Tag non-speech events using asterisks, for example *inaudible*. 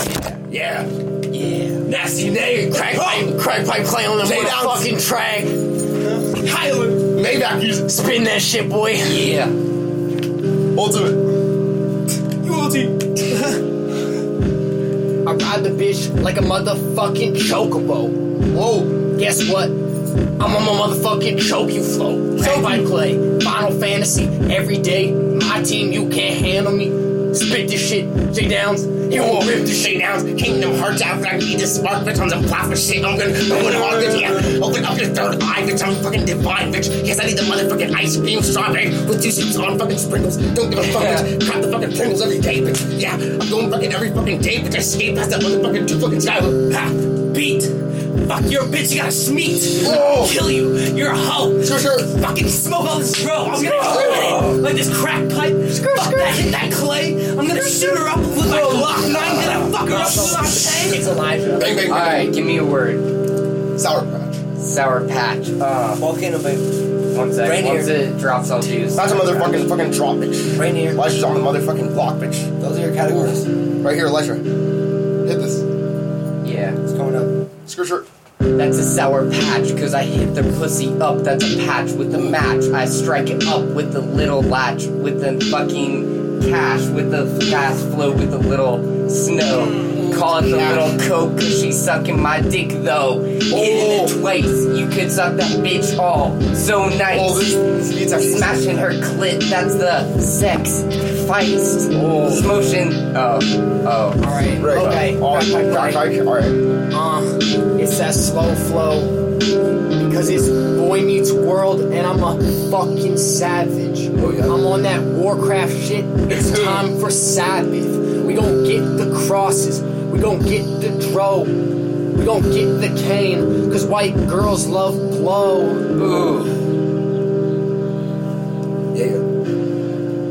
Yeah. Oh! Yeah. Nasty nigga. Crack pipe, crack pipe clay on the Say it out. fucking track. Highland. Maybe I can spin that shit, boy. Yeah. Ultimate. You OT. I ride the bitch like a motherfucking chocobo. Whoa, guess what? I'm on my motherfucking choke you flow. So I play Final Fantasy every day. My team, you can't handle me. Spit this shit, J Downs. You won't rip this shit down. Kingdom Hearts out, I need this spark, bitch. I'm the prophet shit. I'm gonna, I'm gonna all this, yeah. Open up your third eye, bitch. I'm fucking divine, bitch. Yes, I need the motherfucking ice cream strawberry with two seats on fucking sprinkles. Don't give a fuck, bitch. Cop the fucking Pringles every day, bitch. Yeah, I'm going fucking every fucking day, bitch. I skate past that motherfucking two fucking sky. Ha, beat. Fuck your bitch, you got a smeat. Whoa. Kill you. You're a hoe. Sure, sure. Fucking smoke all this rope. I'm gonna exterminate it like this crack pipe. fuck that, hit that clay. I'm gonna shoot her up with my Glock. and I'm gonna fuck her up with my tank. It's Elijah. Bang, bang, bang. All right, give me a word. Sour patch. Sour patch. Uh, Volcano vape. one sec. Rainier. Once it drops, I'll do. That's a motherfucking fucking drop, bitch. Rainier. Elijah's on the motherfucking block, bitch. Those are your categories. Right here, Elijah. Hit this. Yeah, It's coming up. Screw shirt. that's a sour patch because I hit the pussy up. That's a patch with the match. I strike it up with the little latch with the fucking cash with the fast flow with the little snow. Call it the little coke 'cause she's sucking my dick though. In the place, you could suck that bitch all so nice. Oh, this, this beats actually. smashing her clit. That's the sex feist. This motion. Oh, oh. Alright. Right. Okay. All right. Right, right, right. All right. Uh, It's that slow flow because it's boy meets world, and I'm a fucking savage. Oh, yeah. I'm on that Warcraft shit. *laughs* It's time for Sabbath. We gon' get the crosses. We gon' get the dro. We gon' get the cane, cause white girls love blow. Ooh.